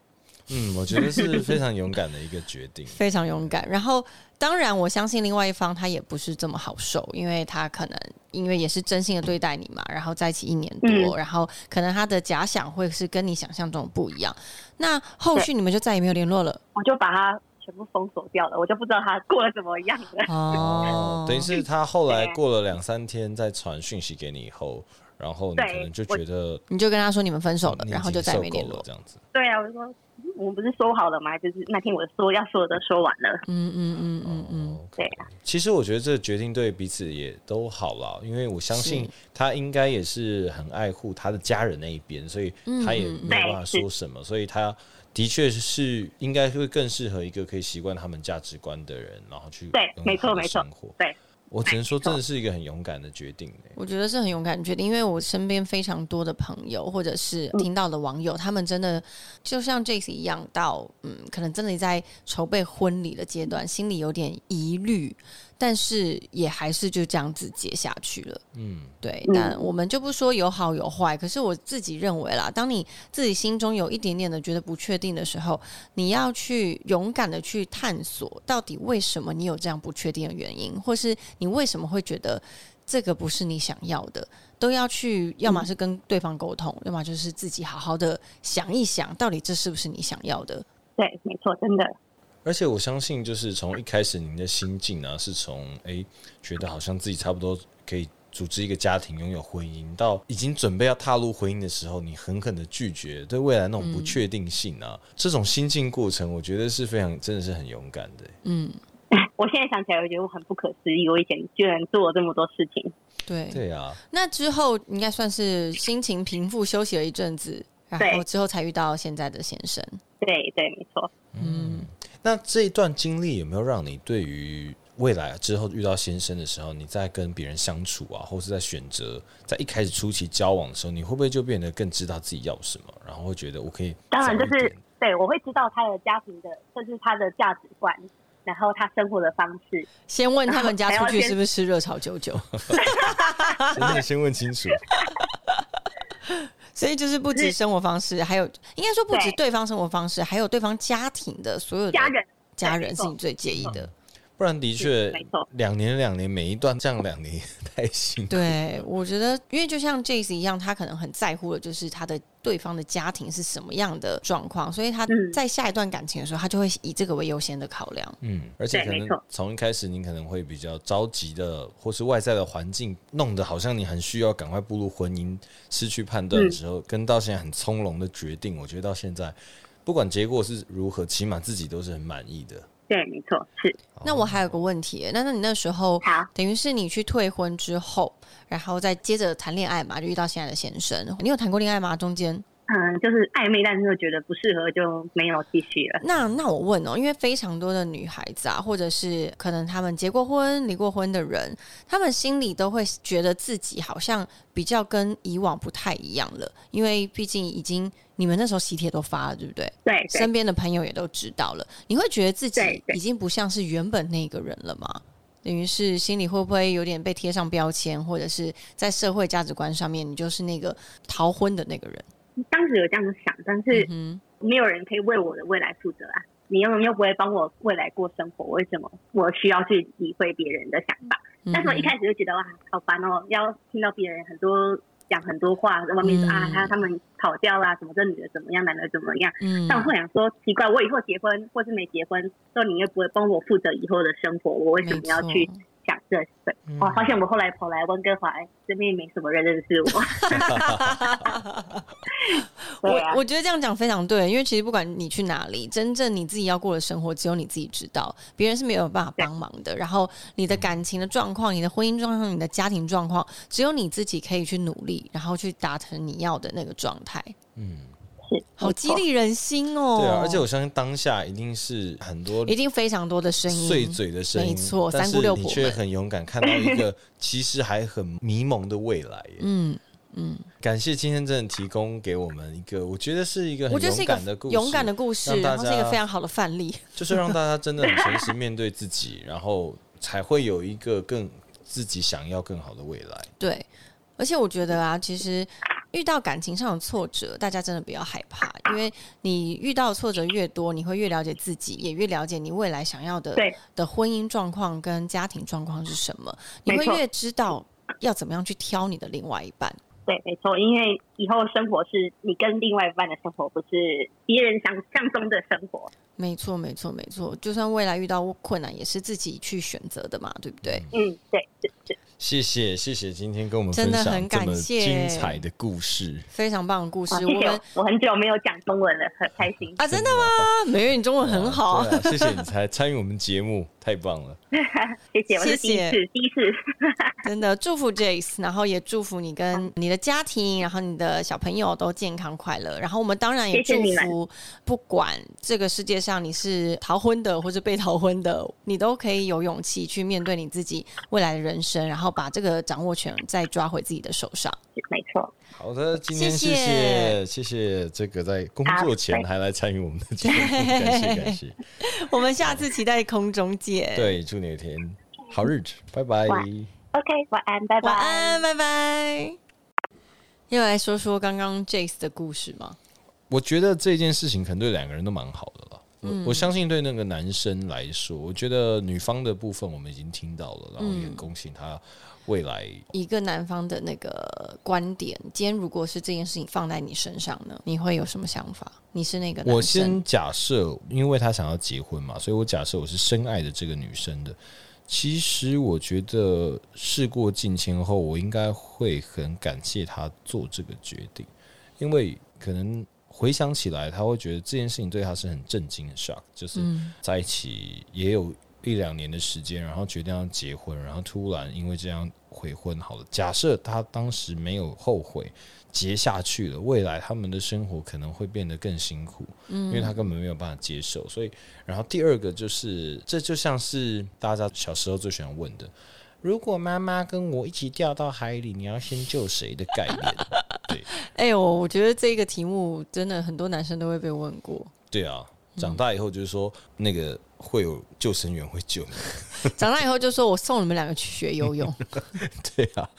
Speaker 1: 嗯，我觉得是非常勇敢的一个决定。
Speaker 2: 非常勇敢。然后，当然，我相信另外一方他也不是这么好受，因为他可能因为也是真心的对待你嘛，然后在一起一年多，
Speaker 3: 嗯
Speaker 2: 然后可能他的假想会是跟你想象中不一样。那后续你们就再也没有联络了
Speaker 3: 我就把他全部封锁掉了，我就不知道他过得怎么样了。
Speaker 1: 哦，等于是他后来
Speaker 3: 对啊
Speaker 1: 过了两三天再传讯息给你以后，然后你可
Speaker 3: 对
Speaker 1: 能就
Speaker 3: 我
Speaker 1: 觉得
Speaker 2: 你就跟他说你们分手了，
Speaker 1: 嗯你已
Speaker 2: 然后
Speaker 1: 经
Speaker 2: 就再也
Speaker 1: 受
Speaker 2: 没联
Speaker 1: 够了
Speaker 2: 络。
Speaker 1: 这样子。
Speaker 3: 对啊，我就说嗯我们不是说好了吗？就是那天我说要说的都说完了。
Speaker 2: 嗯嗯嗯嗯嗯，
Speaker 1: 哦，
Speaker 3: 对啊，
Speaker 1: 其实我觉得这个决定对彼此也都好了，因为我相信
Speaker 2: 是
Speaker 1: 他应该也是很爱护他的家人那一边，所以他也
Speaker 2: 嗯
Speaker 1: 没有办法说什么，所以他的确是应该会更适合一个可以习惯他们价值观的人，然后去
Speaker 3: 对
Speaker 1: 更
Speaker 3: 没错
Speaker 1: 好地
Speaker 3: 没错
Speaker 1: 生活。
Speaker 3: 对，
Speaker 1: 我只能说真的是一个很勇敢的决定欸
Speaker 2: 我觉得是很勇敢的决定，因为我身边非常多的朋友或者是听到的网友，他们真的就像 Jace 一样，到嗯，可能真的在筹备婚礼的阶段，心里有点疑虑，但是也还是就这样子结下去了。
Speaker 1: 嗯。
Speaker 2: 对，
Speaker 3: 嗯
Speaker 2: 但我们就不说有好有坏，可是我自己认为啦，当你自己心中有一点点的觉得不确定的时候，你要去勇敢的去探索，到底为什么你有这样不确定的原因，或是你为什么会觉得这个不是你想要的，都要去，要
Speaker 3: 嗯
Speaker 2: 么是跟对方沟通，要么就是自己好好的想一想，到底这是不是你想要的。
Speaker 3: 对，没错，真的。
Speaker 1: 而且我相信，就是从一开始您的心境啊，是从诶觉得好像自己差不多可以组织一个家庭、拥有婚姻，到已经准备要踏入婚姻的时候，你狠狠的拒绝对未来那种不确定性啊，这种心境过程，我觉得是非常真的是很勇敢的、
Speaker 2: 嗯，
Speaker 3: 我现在想起来，我觉得我很不可思议，我以前居然做了这么多事情。
Speaker 2: 对。
Speaker 1: 对啊，
Speaker 2: 那之后应该算是心情平复，休息了一阵子，然后
Speaker 3: 对
Speaker 2: 之后才遇到现在的先生。
Speaker 3: 对对，没错。
Speaker 1: 嗯。那这一段经历有没有让你对于未来之后遇到先生的时候，你在跟别人相处啊，或是在选择在一开始初期交往的时候，你会不会就变得更知道自己要什么，然后会觉得我可以
Speaker 3: 当然就
Speaker 1: 早一
Speaker 3: 是
Speaker 1: 点
Speaker 3: 对我会知道他的家庭的，就是他的价值观，然后他生活的方式，
Speaker 2: 先问他们家
Speaker 3: 还要
Speaker 2: 出去
Speaker 3: 先
Speaker 2: 是不是吃热炒九 九，
Speaker 1: 真的先问清楚。
Speaker 2: 所以就是不止生活方式，还有应该说不止对方生活方式，还有对方家庭的所有的
Speaker 3: 家人
Speaker 2: 家人
Speaker 3: 没
Speaker 2: 是
Speaker 3: 错
Speaker 2: 你最介意的。
Speaker 1: 不然的确
Speaker 3: 是没错，
Speaker 1: 两年两年，每一段这样两年也太辛苦。
Speaker 2: 对，我觉得，因为就像 Jace 一样，他可能很在乎的就是他的对方的家庭是什么样的状况，所以他
Speaker 3: 嗯
Speaker 2: 在下一段感情的时候，他就会以这个为优先的考量。
Speaker 1: 嗯，而且
Speaker 3: 对
Speaker 1: 可
Speaker 3: 没
Speaker 1: 能
Speaker 3: 错
Speaker 1: 从一开始，你可能会比较着急的，或是外在的环境弄得好像你很需要赶快步入婚姻，失去判断的时
Speaker 3: 嗯
Speaker 1: 候，跟到现在很从容的决定，我觉得到现在，不管结果是如何，起码自己都是很满意的。
Speaker 3: 对，没错，是
Speaker 2: 那我还有个问题耶，那那你那时候
Speaker 3: 哦好
Speaker 2: 等于是你去退婚之后，然后再接着谈恋爱嘛，就遇到现在的先生。你有谈过恋爱吗？中间？
Speaker 3: 嗯，就是暧昧，但是又觉得不适合，就没有继续了。
Speaker 2: 那那我问哦，因为非常多的女孩子啊，或者是可能她们结过婚、离过婚的人，她们心里都会觉得自己好像比较跟以往不太一样了，因为毕竟已经你们那时候喜帖都发了，对不对？
Speaker 3: 对对
Speaker 2: 身边的朋友也都知道了，你会觉得自己
Speaker 3: 对对
Speaker 2: 已经不像是原本那个人了吗？等于是心里会不会有点被贴上标签，或者是在社会价值观上面，你就是那个逃婚的那个人？
Speaker 3: 当时有这样子想，但是
Speaker 2: 嗯
Speaker 3: 没有人可以为我的未来负责啊！你又又不会帮我未来过生活，为什么我需要去理会别人的想法？
Speaker 2: 哼，
Speaker 3: 但是我一
Speaker 2: 嗯哼
Speaker 3: 开始就觉得哇，好烦哦，要听到别人很多讲很多话，在外面说、啊，
Speaker 2: 嗯
Speaker 3: 他他们吵架啦，什么这女的怎么样，男的怎么样。
Speaker 2: 嗯
Speaker 3: 但我会想说，奇怪，我以后结婚或是没结婚，说你又不会帮我负责以后的生活，我为什么要
Speaker 2: 没
Speaker 3: 去
Speaker 2: 错
Speaker 3: 想这事？
Speaker 1: 嗯
Speaker 3: 我发现我后来跑来温哥华，这边也没什么人认识 我。对啊
Speaker 2: 我我觉得这样讲非常对，因为其实不管你去哪里，真正你自己要过的生活，只有你自己知道，别人是没有办法帮忙的。然后你的感情的状况、你的婚姻状况、你的家庭状况，只有你自己可以去努力，然后去达成你要的那个状态。
Speaker 1: 嗯，
Speaker 3: 是
Speaker 2: 好激，励人心哦！
Speaker 1: 对啊，而且我相信当下一定是很多
Speaker 2: 一定非常多的声音，
Speaker 1: 碎嘴的声音，
Speaker 2: 没错
Speaker 1: 但
Speaker 2: 三
Speaker 1: 是
Speaker 2: 姑六
Speaker 1: 你
Speaker 2: 婆
Speaker 1: 却
Speaker 2: 们
Speaker 1: 很勇敢，看到一个 其实还很迷蒙的未来耶。
Speaker 2: 嗯嗯，
Speaker 1: 感谢今天真的提供给我们一个，我觉得是一个
Speaker 2: 我
Speaker 1: 很
Speaker 2: 觉得是一
Speaker 1: 勇
Speaker 2: 个
Speaker 1: 敢的故事，
Speaker 2: 勇敢的故事，
Speaker 1: 让大
Speaker 2: 然后是一个
Speaker 1: 家
Speaker 2: 非常好的范例。
Speaker 1: 就是让大家真的很诚实面对自己，然后才会有一个更自己想要更好的未来。
Speaker 2: 对，而且我觉得啊，其实遇到感情上的挫折，大家真的不要害怕，因为你遇到挫折越多，你会越了解自己，也越了解你未来想要的
Speaker 3: 对
Speaker 2: 的婚姻状况跟家庭状况是什么，你
Speaker 3: 没
Speaker 2: 会
Speaker 3: 错
Speaker 2: 越知道要怎么样去挑你的另外一半。
Speaker 3: 对，没错，因为以后生活是你跟另外一半的生活，不是别人想象中的生活。
Speaker 2: 没错，没错，没错。就算未来遇到困难，也是自己去选择的嘛，对不对？
Speaker 3: 嗯，对，是是，
Speaker 1: 谢谢，谢谢今天跟我们
Speaker 2: 真
Speaker 1: 分
Speaker 2: 的
Speaker 1: 享
Speaker 2: 很
Speaker 1: 这
Speaker 2: 感
Speaker 1: 么
Speaker 2: 谢
Speaker 1: 精彩的故事。
Speaker 2: 非常棒的故事，
Speaker 3: 哦好，谢
Speaker 2: 我
Speaker 3: 谢
Speaker 2: 们。，
Speaker 3: 我很久没有讲中文了，很开心。
Speaker 2: 啊，真的吗？美月，你中文 很好。
Speaker 1: 哇对啊谢谢你才参与我们节目，太棒了！
Speaker 3: 谢谢，我是第一
Speaker 2: 谢谢
Speaker 3: 次，第一次。
Speaker 2: 真的祝福 Jace，然后也祝福你跟你的家庭，然后你的小朋友都健康快乐。然后我们当然也
Speaker 3: 谢
Speaker 2: 祝
Speaker 3: 谢你们
Speaker 2: 福，不管这个世界上你是逃婚的或是被逃婚的，你都可以有勇气去面对你自己未来的人生，然后把这个掌握权再抓回自己的手上。
Speaker 3: 没错，
Speaker 1: 好的，今天
Speaker 2: 谢
Speaker 1: 谢
Speaker 2: 谢
Speaker 1: 谢谢谢这个在工
Speaker 3: 好
Speaker 1: 作前
Speaker 3: 拜
Speaker 1: 还来参与我们的节目，感谢感 谢。
Speaker 2: 我们下次期待空中见。，
Speaker 1: 对，祝你有一天好日子，拜拜。
Speaker 3: 晚，OK，晚安，拜拜。
Speaker 2: 晚安，拜拜。要来说说刚刚 Jace 的故事吗？
Speaker 1: 我觉得这件事情可能对两个人都蛮好的了。我、我相信对那个男生来说，我觉得女方的部分我们已经听到了，然后也恭喜他未来。
Speaker 2: 一个男方的那个观点，今天如果是这件事情放在你身上呢，你会有什么想法？你是那个男
Speaker 1: 我
Speaker 2: 生
Speaker 1: 先假设，因为他想要结婚嘛，所以我假设我是深爱的这个女生的。其实我觉得事过境迁后，我应该会很感谢他做这个决定，因为可能回想起来，他会觉得这件事情对他是很震惊的 shock，就是
Speaker 2: 嗯
Speaker 1: 在一起也有一两年的时间，然后决定要结婚，然后突然因为这样悔婚。好了，假设他当时没有后悔，结下去了，未来他们的生活可能会变得更辛苦，因为他根本没有办法接受。所以，然后第二个就是，这就像是大家小时候最喜欢问的。如果妈妈跟我一起掉到海里，你要先救谁的概念？ 对
Speaker 2: 哎、我我觉得这个题目真的很多男生都会被问过，
Speaker 1: 对啊，长大以后就是说那个会有救生员会救你，
Speaker 2: 长大以后就说我送你们两个去学游泳，
Speaker 1: 对啊，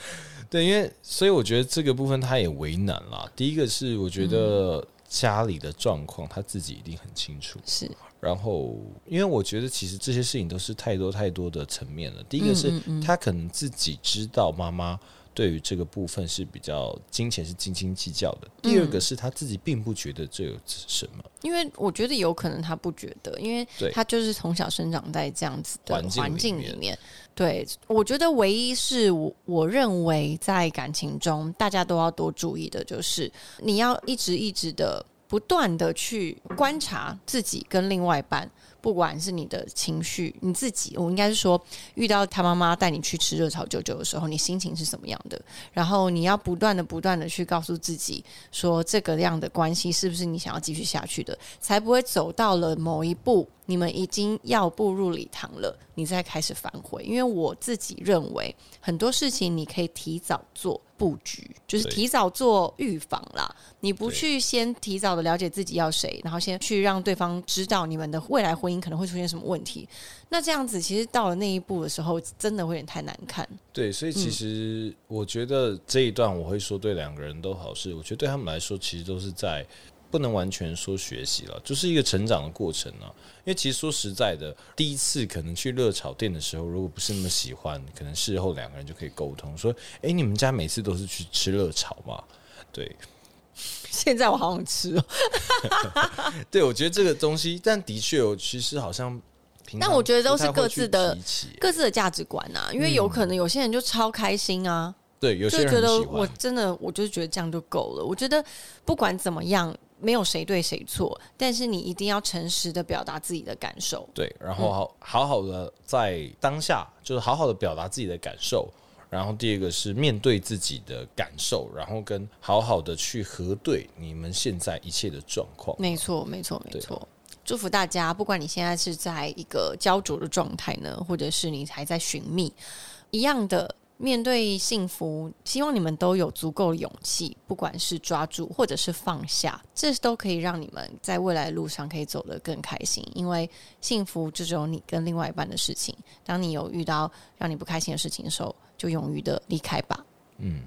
Speaker 1: 对，因为所以我觉得这个部分他也为难啦。第一个是我觉
Speaker 2: 嗯
Speaker 1: 得家里的状况他自己一定很清楚，
Speaker 2: 是
Speaker 1: 然后，因为我觉得其实这些事情都是太多太多的层面了。第一个是
Speaker 2: 嗯嗯嗯
Speaker 1: 他可能自己知道妈妈对于这个部分是比较金钱是斤斤计较的。第
Speaker 2: 嗯
Speaker 1: 二个是他自己并不觉得这有什么
Speaker 2: 因为我觉得有可能他不觉得，因为
Speaker 1: 对
Speaker 2: 他就是从小生长在这样子的
Speaker 1: 环境里
Speaker 2: 环境
Speaker 1: 面
Speaker 2: 里面。对，我觉得唯一是我我认为在感情中大家都要多注意的，就是你要一直一直的不断的去观察自己跟另外一半。不管是你的情绪，你自己，我应该是说，遇到他妈妈带你去吃热炒九九的时候，你心情是什么样的？然后你要不断的、不断的去告诉自己，说这个样的关系是不是你想要继续下去的，才不会走到了某一步，你们已经要步入礼堂了，你再开始反悔。因为我自己认为，很多事情你可以提早做布局，就是
Speaker 1: 对
Speaker 2: 提早做预防啦。你不
Speaker 1: 对
Speaker 2: 去先提早的了解自己要谁，然后先去让对方知道你们的未来婚姻可能会出现什么问题，那这样子其实到了那一步的时候，真的会有点太难看。
Speaker 1: 对，所以
Speaker 2: 嗯
Speaker 1: 其实我觉得这一段我会说对两个人都好是，我觉得对他们来说其实都是在不能完全说学习了，就是一个成长的过程啊。因为其实说实在的，第一次可能去热炒店的时候，如果不是那么喜欢，可能事后两个人就可以沟通说：“诶，你们家每次都是去吃热炒嘛？”对，
Speaker 2: 现在我好想吃哦。
Speaker 1: 对，我觉得这个东西，但的确，我其实好像平常
Speaker 2: 但我觉得都
Speaker 1: 不太
Speaker 2: 是各
Speaker 1: 会去
Speaker 2: 自的
Speaker 1: 提起
Speaker 2: 各自的价值观啊，因为有可能有些人就超开心啊，
Speaker 1: 对，嗯有
Speaker 2: 就
Speaker 1: 些
Speaker 2: 觉
Speaker 1: 人
Speaker 2: 得
Speaker 1: 很喜
Speaker 2: 我
Speaker 1: 欢，
Speaker 2: 真的我就是觉得这样就够了。我觉得不管怎么样，没有谁对谁错，但是你一定要诚实的表达自己的感受。
Speaker 1: 对，然后好好好的在当下，就是好好的表达自己的感受。然后第二个是面对自己的感受，然后跟好好的去核对你们现在一切的状况。
Speaker 2: 没错，没错，没
Speaker 1: 对啊
Speaker 2: 错。祝福大家，不管你现在是在一个焦灼的状态呢，或者是你还在寻觅，一样的面对幸福，希望你们都有足够的勇气，不管是抓住或者是放下，这都可以让你们在未来的路上可以走得更开心。因为幸福就只有你跟另外一半的事情。当你有遇到让你不开心的事情的时候，就勇于的离开吧。
Speaker 1: 嗯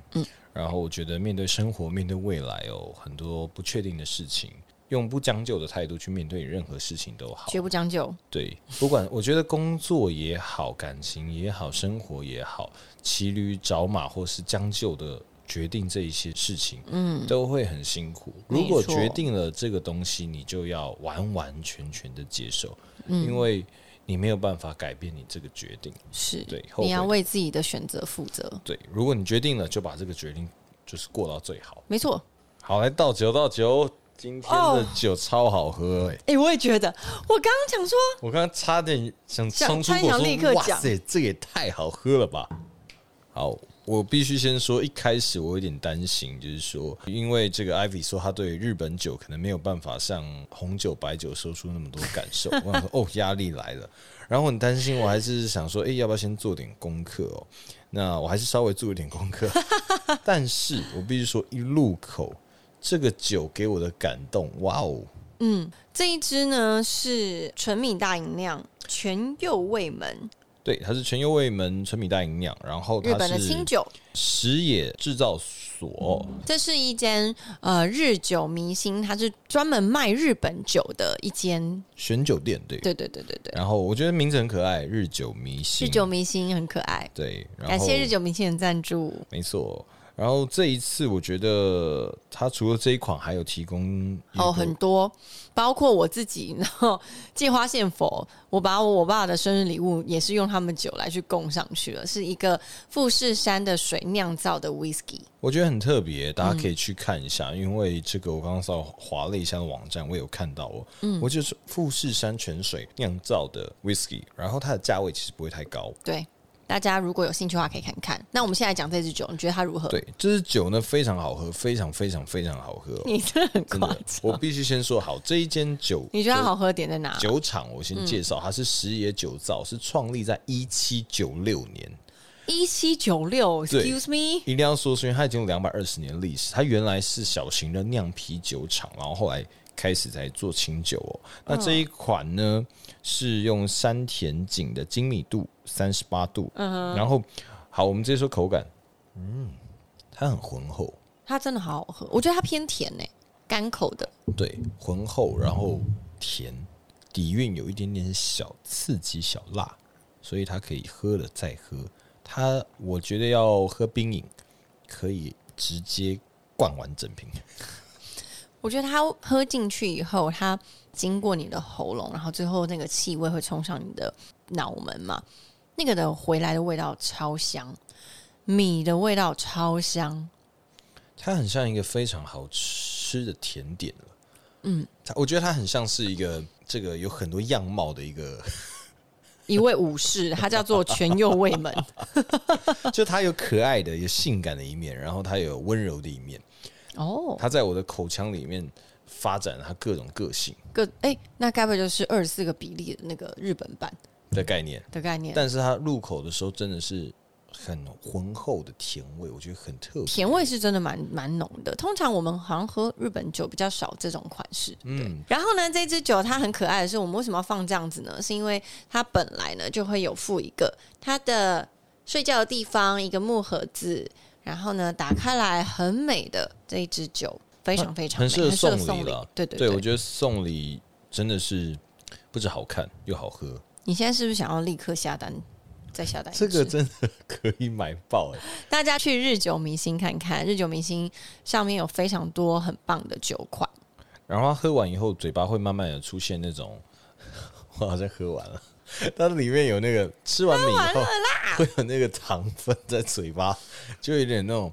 Speaker 1: 然后我觉得面对生活、面对未来哦，很多不确定的事情，用不将就的态度去面对任何事情都好。
Speaker 2: 绝不将就，
Speaker 1: 对，不管我觉得工作也好，感情也好，生活也好，骑驴找马或是将就的决定这一些事情，嗯，都会很辛苦。
Speaker 2: 没
Speaker 1: 如果
Speaker 2: 错
Speaker 1: 决定了这个东西，你就要完完全全的接受，
Speaker 2: 嗯
Speaker 1: 因为你没有办法改变你这个决定。
Speaker 2: 是
Speaker 1: 对后
Speaker 2: 你要
Speaker 1: 悔
Speaker 2: 为自己的选择负责。
Speaker 1: 对，如果你决定了，就把这个决定就是过到最好。
Speaker 2: 没错，
Speaker 1: 好，来倒酒，倒酒。今天的
Speaker 2: 哦
Speaker 1: 酒超好喝哎、
Speaker 2: 哎、我也觉得，我刚刚讲说，
Speaker 1: 我刚刚差点想冲出
Speaker 2: 想
Speaker 1: 口
Speaker 2: 差点立
Speaker 1: 说：“
Speaker 2: 刻
Speaker 1: 哇
Speaker 2: 讲
Speaker 1: 塞，这也太好喝了吧！”好，我必须先说，一开始我有点担心，就是说，因为这个 Ivy 说他对日本酒可能没有办法像红酒、白酒说出那么多感 受，我想说哦，压力来了。然后我很担心，我还是想说，哎、要不要先做点功课哦？那我还是稍微做一点功 课，但是我必须说，一入口这个酒给我的感动，哇哦！
Speaker 2: 嗯，这一支呢是纯米大吟酿全右卫门，
Speaker 1: 对，它是全优味门纯米大吟酿，然后哦它
Speaker 2: 日本的
Speaker 1: 是
Speaker 2: 清酒。嗯
Speaker 1: 石野制造所，
Speaker 2: 这是一间呃日酒明星，它是专门卖日本酒的一间。
Speaker 1: 选酒店对。
Speaker 2: 对对对对对，
Speaker 1: 然后我觉得名字很可爱，日酒迷信。
Speaker 2: 日酒明星很可爱，
Speaker 1: 对，然
Speaker 2: 感
Speaker 1: 后
Speaker 2: 谢日酒明星的赞助。
Speaker 1: 没错。然后这一次，我觉得它除了这一款，还有提供一
Speaker 2: 哦，
Speaker 1: 个
Speaker 2: 很多，包括我自己，然后借花献佛，我把我爸的生日礼物也是用他们酒来去供上去了，是一个富士山的水酿造的 whisky。
Speaker 1: 我觉得很特别，大
Speaker 2: 嗯
Speaker 1: 家可以去看一下，因为这个我刚刚稍微划了一下网站，我有看到哦。嗯，我就是富士山泉水酿造的 whisky，然后它的价位其实不会太高，
Speaker 2: 对，大家如果有兴趣的话，可以看看。那我们现在讲这支酒，你觉得它如何？
Speaker 1: 对，这支酒呢非常好喝，非常非常非常好喝哦、
Speaker 2: 你真的很
Speaker 1: 真
Speaker 2: 夸
Speaker 1: 的，我
Speaker 2: 张。
Speaker 1: 必须先说好，这一间酒，
Speaker 2: 你觉得它好喝嗯的点在哪？
Speaker 1: 酒厂，我先介绍，它是石野酒造，是创立在一七九六年。
Speaker 2: 一七九六
Speaker 1: 对
Speaker 2: ，Excuse me，
Speaker 1: 一定要说，是因为它已经有两百二十年历史。它原来是小型的酿啤酒厂，然后后来开始才做清酒哦。那这
Speaker 2: 嗯
Speaker 1: 一款呢，是用山田井的精米度三十八度，
Speaker 2: 嗯哼，
Speaker 1: 然后好，我们直接说口感，嗯，它很浑厚，
Speaker 2: 它真的好好喝，我觉得它偏甜呢、干口的，
Speaker 1: 对，浑厚，然后甜，底蕴有一点点小刺激、小辣，所以它可以喝了再喝。它我觉得要喝冰饮，可以直接灌完整瓶。
Speaker 2: 我觉得它喝进去以后，它经过你的喉咙，然后最后那个气味会冲上你的脑门嘛，那个的回来的味道超香，米的味道超香，
Speaker 1: 它很像一个非常好吃的甜点了。嗯，它我觉得它很像是一个这个有很多样貌的一个，
Speaker 2: 一位武士，他叫做全右 卫门，
Speaker 1: 就它有可爱的、有性感的一面，然后它有温柔的一面。
Speaker 2: 哦，
Speaker 1: 它在我的口腔里面发展了它各种个性
Speaker 2: 个哎、那该不会就是二十四个比例的那个日本版
Speaker 1: 的概念，
Speaker 2: 的概念？
Speaker 1: 但是它入口的时候真的是很浑厚的甜味，我觉得很特别。
Speaker 2: 甜味是真的蛮蛮浓的，通常我们好像喝日本酒比较少这种款式。
Speaker 1: 嗯，
Speaker 2: 然后呢，这支酒它很可爱的是，我们为什么要放这样子呢？是因为它本来呢就会有附一个它的睡觉的地方，一个木盒子，然后呢打开来很美的这一支酒，非常非常美
Speaker 1: 啊很适合
Speaker 2: 很
Speaker 1: 送
Speaker 2: 合送
Speaker 1: 礼了。
Speaker 2: 对对
Speaker 1: 对，
Speaker 2: 对，
Speaker 1: 我觉得送礼真的是不止好看又好喝，
Speaker 2: 你现在是不是想要立刻下单？再下单一
Speaker 1: 这个
Speaker 2: 支
Speaker 1: 真的可以买爆哎、
Speaker 2: 大家去日久明星看看，日久明星上面有非常多很棒的酒款。
Speaker 1: 然后它喝完以后，嘴巴会慢慢的出现那种，我好像喝完了。它里面有那个吃完米以后 会有那个糖分在嘴巴，就有点那种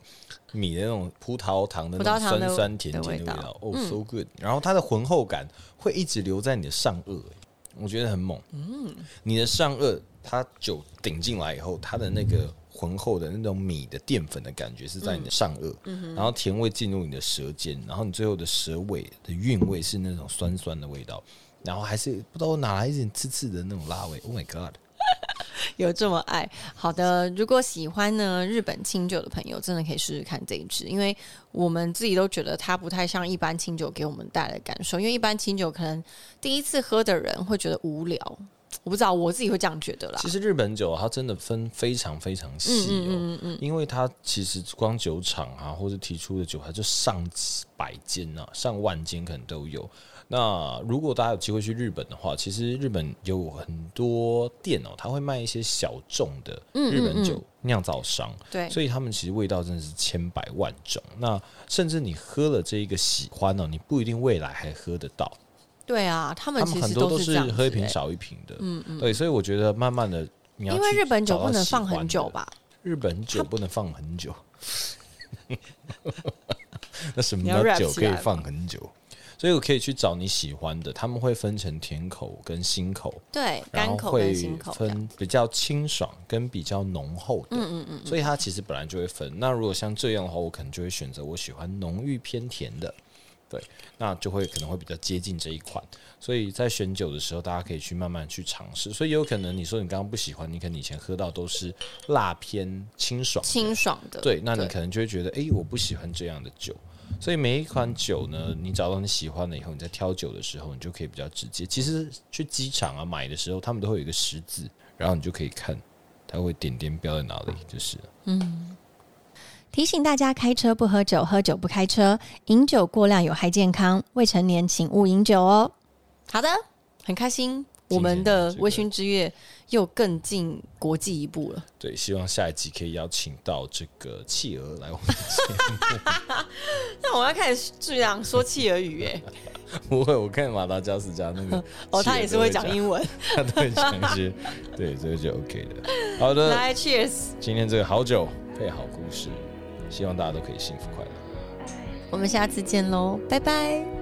Speaker 1: 米的那种葡萄糖的那
Speaker 2: 葡萄
Speaker 1: 种
Speaker 2: 糖的
Speaker 1: 酸酸甜
Speaker 2: 的
Speaker 1: 甜的味
Speaker 2: 味道嗯
Speaker 1: 道，哦、s o good。然后它的浑厚感会一直留在你的上颚，欸我觉得很猛。嗯，你的上颚它酒顶进来以后，它的那个浑厚的那种米的淀粉的感觉是在
Speaker 2: 嗯
Speaker 1: 你的上颚，然后甜味进入你的舌尖，然后你最后的舌尾的韵味是那种酸酸的味道，然后还是不知道哪来一点刺刺的那种辣味。Oh my god！
Speaker 2: 有这么爱。好的，如果喜欢呢日本清酒的朋友，真的可以试试看这一支，因为我们自己都觉得它不太像一般清酒给我们带来的感受，因为一般清酒可能第一次喝的人会觉得无聊，我不知道我自己会这样觉得啦
Speaker 1: 其。实日本酒啊它真的分非常非常细哦，因为它其实光酒厂啊，或者提出的酒，它就上百间啊，上万间可能都有。那如果大家有机会去日本的话，其实日本有很多店哦，它会卖一些小众的日本酒酿造商，
Speaker 2: 对，
Speaker 1: 所以他们其实味道真的是千百万种。那甚至你喝了这一个喜欢哦，你不一定未来还喝得到。
Speaker 2: 对啊，他们
Speaker 1: 他
Speaker 2: 其
Speaker 1: 们很
Speaker 2: 实
Speaker 1: 多
Speaker 2: 都
Speaker 1: 都
Speaker 2: 是这
Speaker 1: 是
Speaker 2: 样子
Speaker 1: 喝一瓶
Speaker 2: 欸
Speaker 1: 少一瓶的，嗯嗯，对，所以我觉得慢慢的，你要
Speaker 2: 因为
Speaker 1: 去
Speaker 2: 日本酒
Speaker 1: 找到
Speaker 2: 不能
Speaker 1: 喜
Speaker 2: 放
Speaker 1: 欢
Speaker 2: 很
Speaker 1: 的
Speaker 2: 久？吧？
Speaker 1: 日本酒不能放很 久，那什么
Speaker 2: 你要 rap
Speaker 1: 叫酒
Speaker 2: 起
Speaker 1: 可以
Speaker 2: 来吗
Speaker 1: 放很久？所以我可以去找你喜欢的，他们会分成甜口跟辛口，
Speaker 2: 对，
Speaker 1: 然
Speaker 2: 干
Speaker 1: 后
Speaker 2: 口
Speaker 1: 会
Speaker 2: 跟辛口的。
Speaker 1: 分比较清爽跟比较浓厚的，嗯嗯嗯，所以它其实本来就会分。那如果像这样的话，我可能就会选择我喜欢浓郁偏甜的，对，那就会可能会比较接近这一款。所以在选酒的时候，大家可以去慢慢去尝试。所以有可能你说你刚刚不喜欢，你可能以前喝到都是辣偏清爽的，
Speaker 2: 清爽的，
Speaker 1: 对，那你可能就会觉得，诶，我不喜欢这样的酒。所以每一款酒呢，你找到你喜欢的以后，你在挑酒的时候，你就可以比较直接。其实去机场啊买的时候，他们都会有一个识字，然后你就可以看，它会点点标在哪里，就是了
Speaker 4: 提醒大家：开车不喝酒，喝酒不开车。饮酒过量有害健康，未成年请勿饮酒哦。
Speaker 2: 好的，很开心，
Speaker 1: 今
Speaker 2: 我们
Speaker 1: 天
Speaker 2: 的
Speaker 1: 这个
Speaker 2: 微醺之夜又更进国际一步了。
Speaker 1: 对。希望下一集可以邀请到这个企鹅来我们
Speaker 2: 那我要开始这样说企鹅语耶，
Speaker 1: 不会，我看马达加斯加那个
Speaker 2: 哦，他也是会讲
Speaker 1: 文，
Speaker 2: 英文。
Speaker 1: 他都会讲一 些，对，这个就 OK 的。好的，
Speaker 2: 来，Cheers，
Speaker 1: 今天这个好酒配好故事，希望大家都可以幸福快乐。
Speaker 2: 我们下次见喽，拜拜。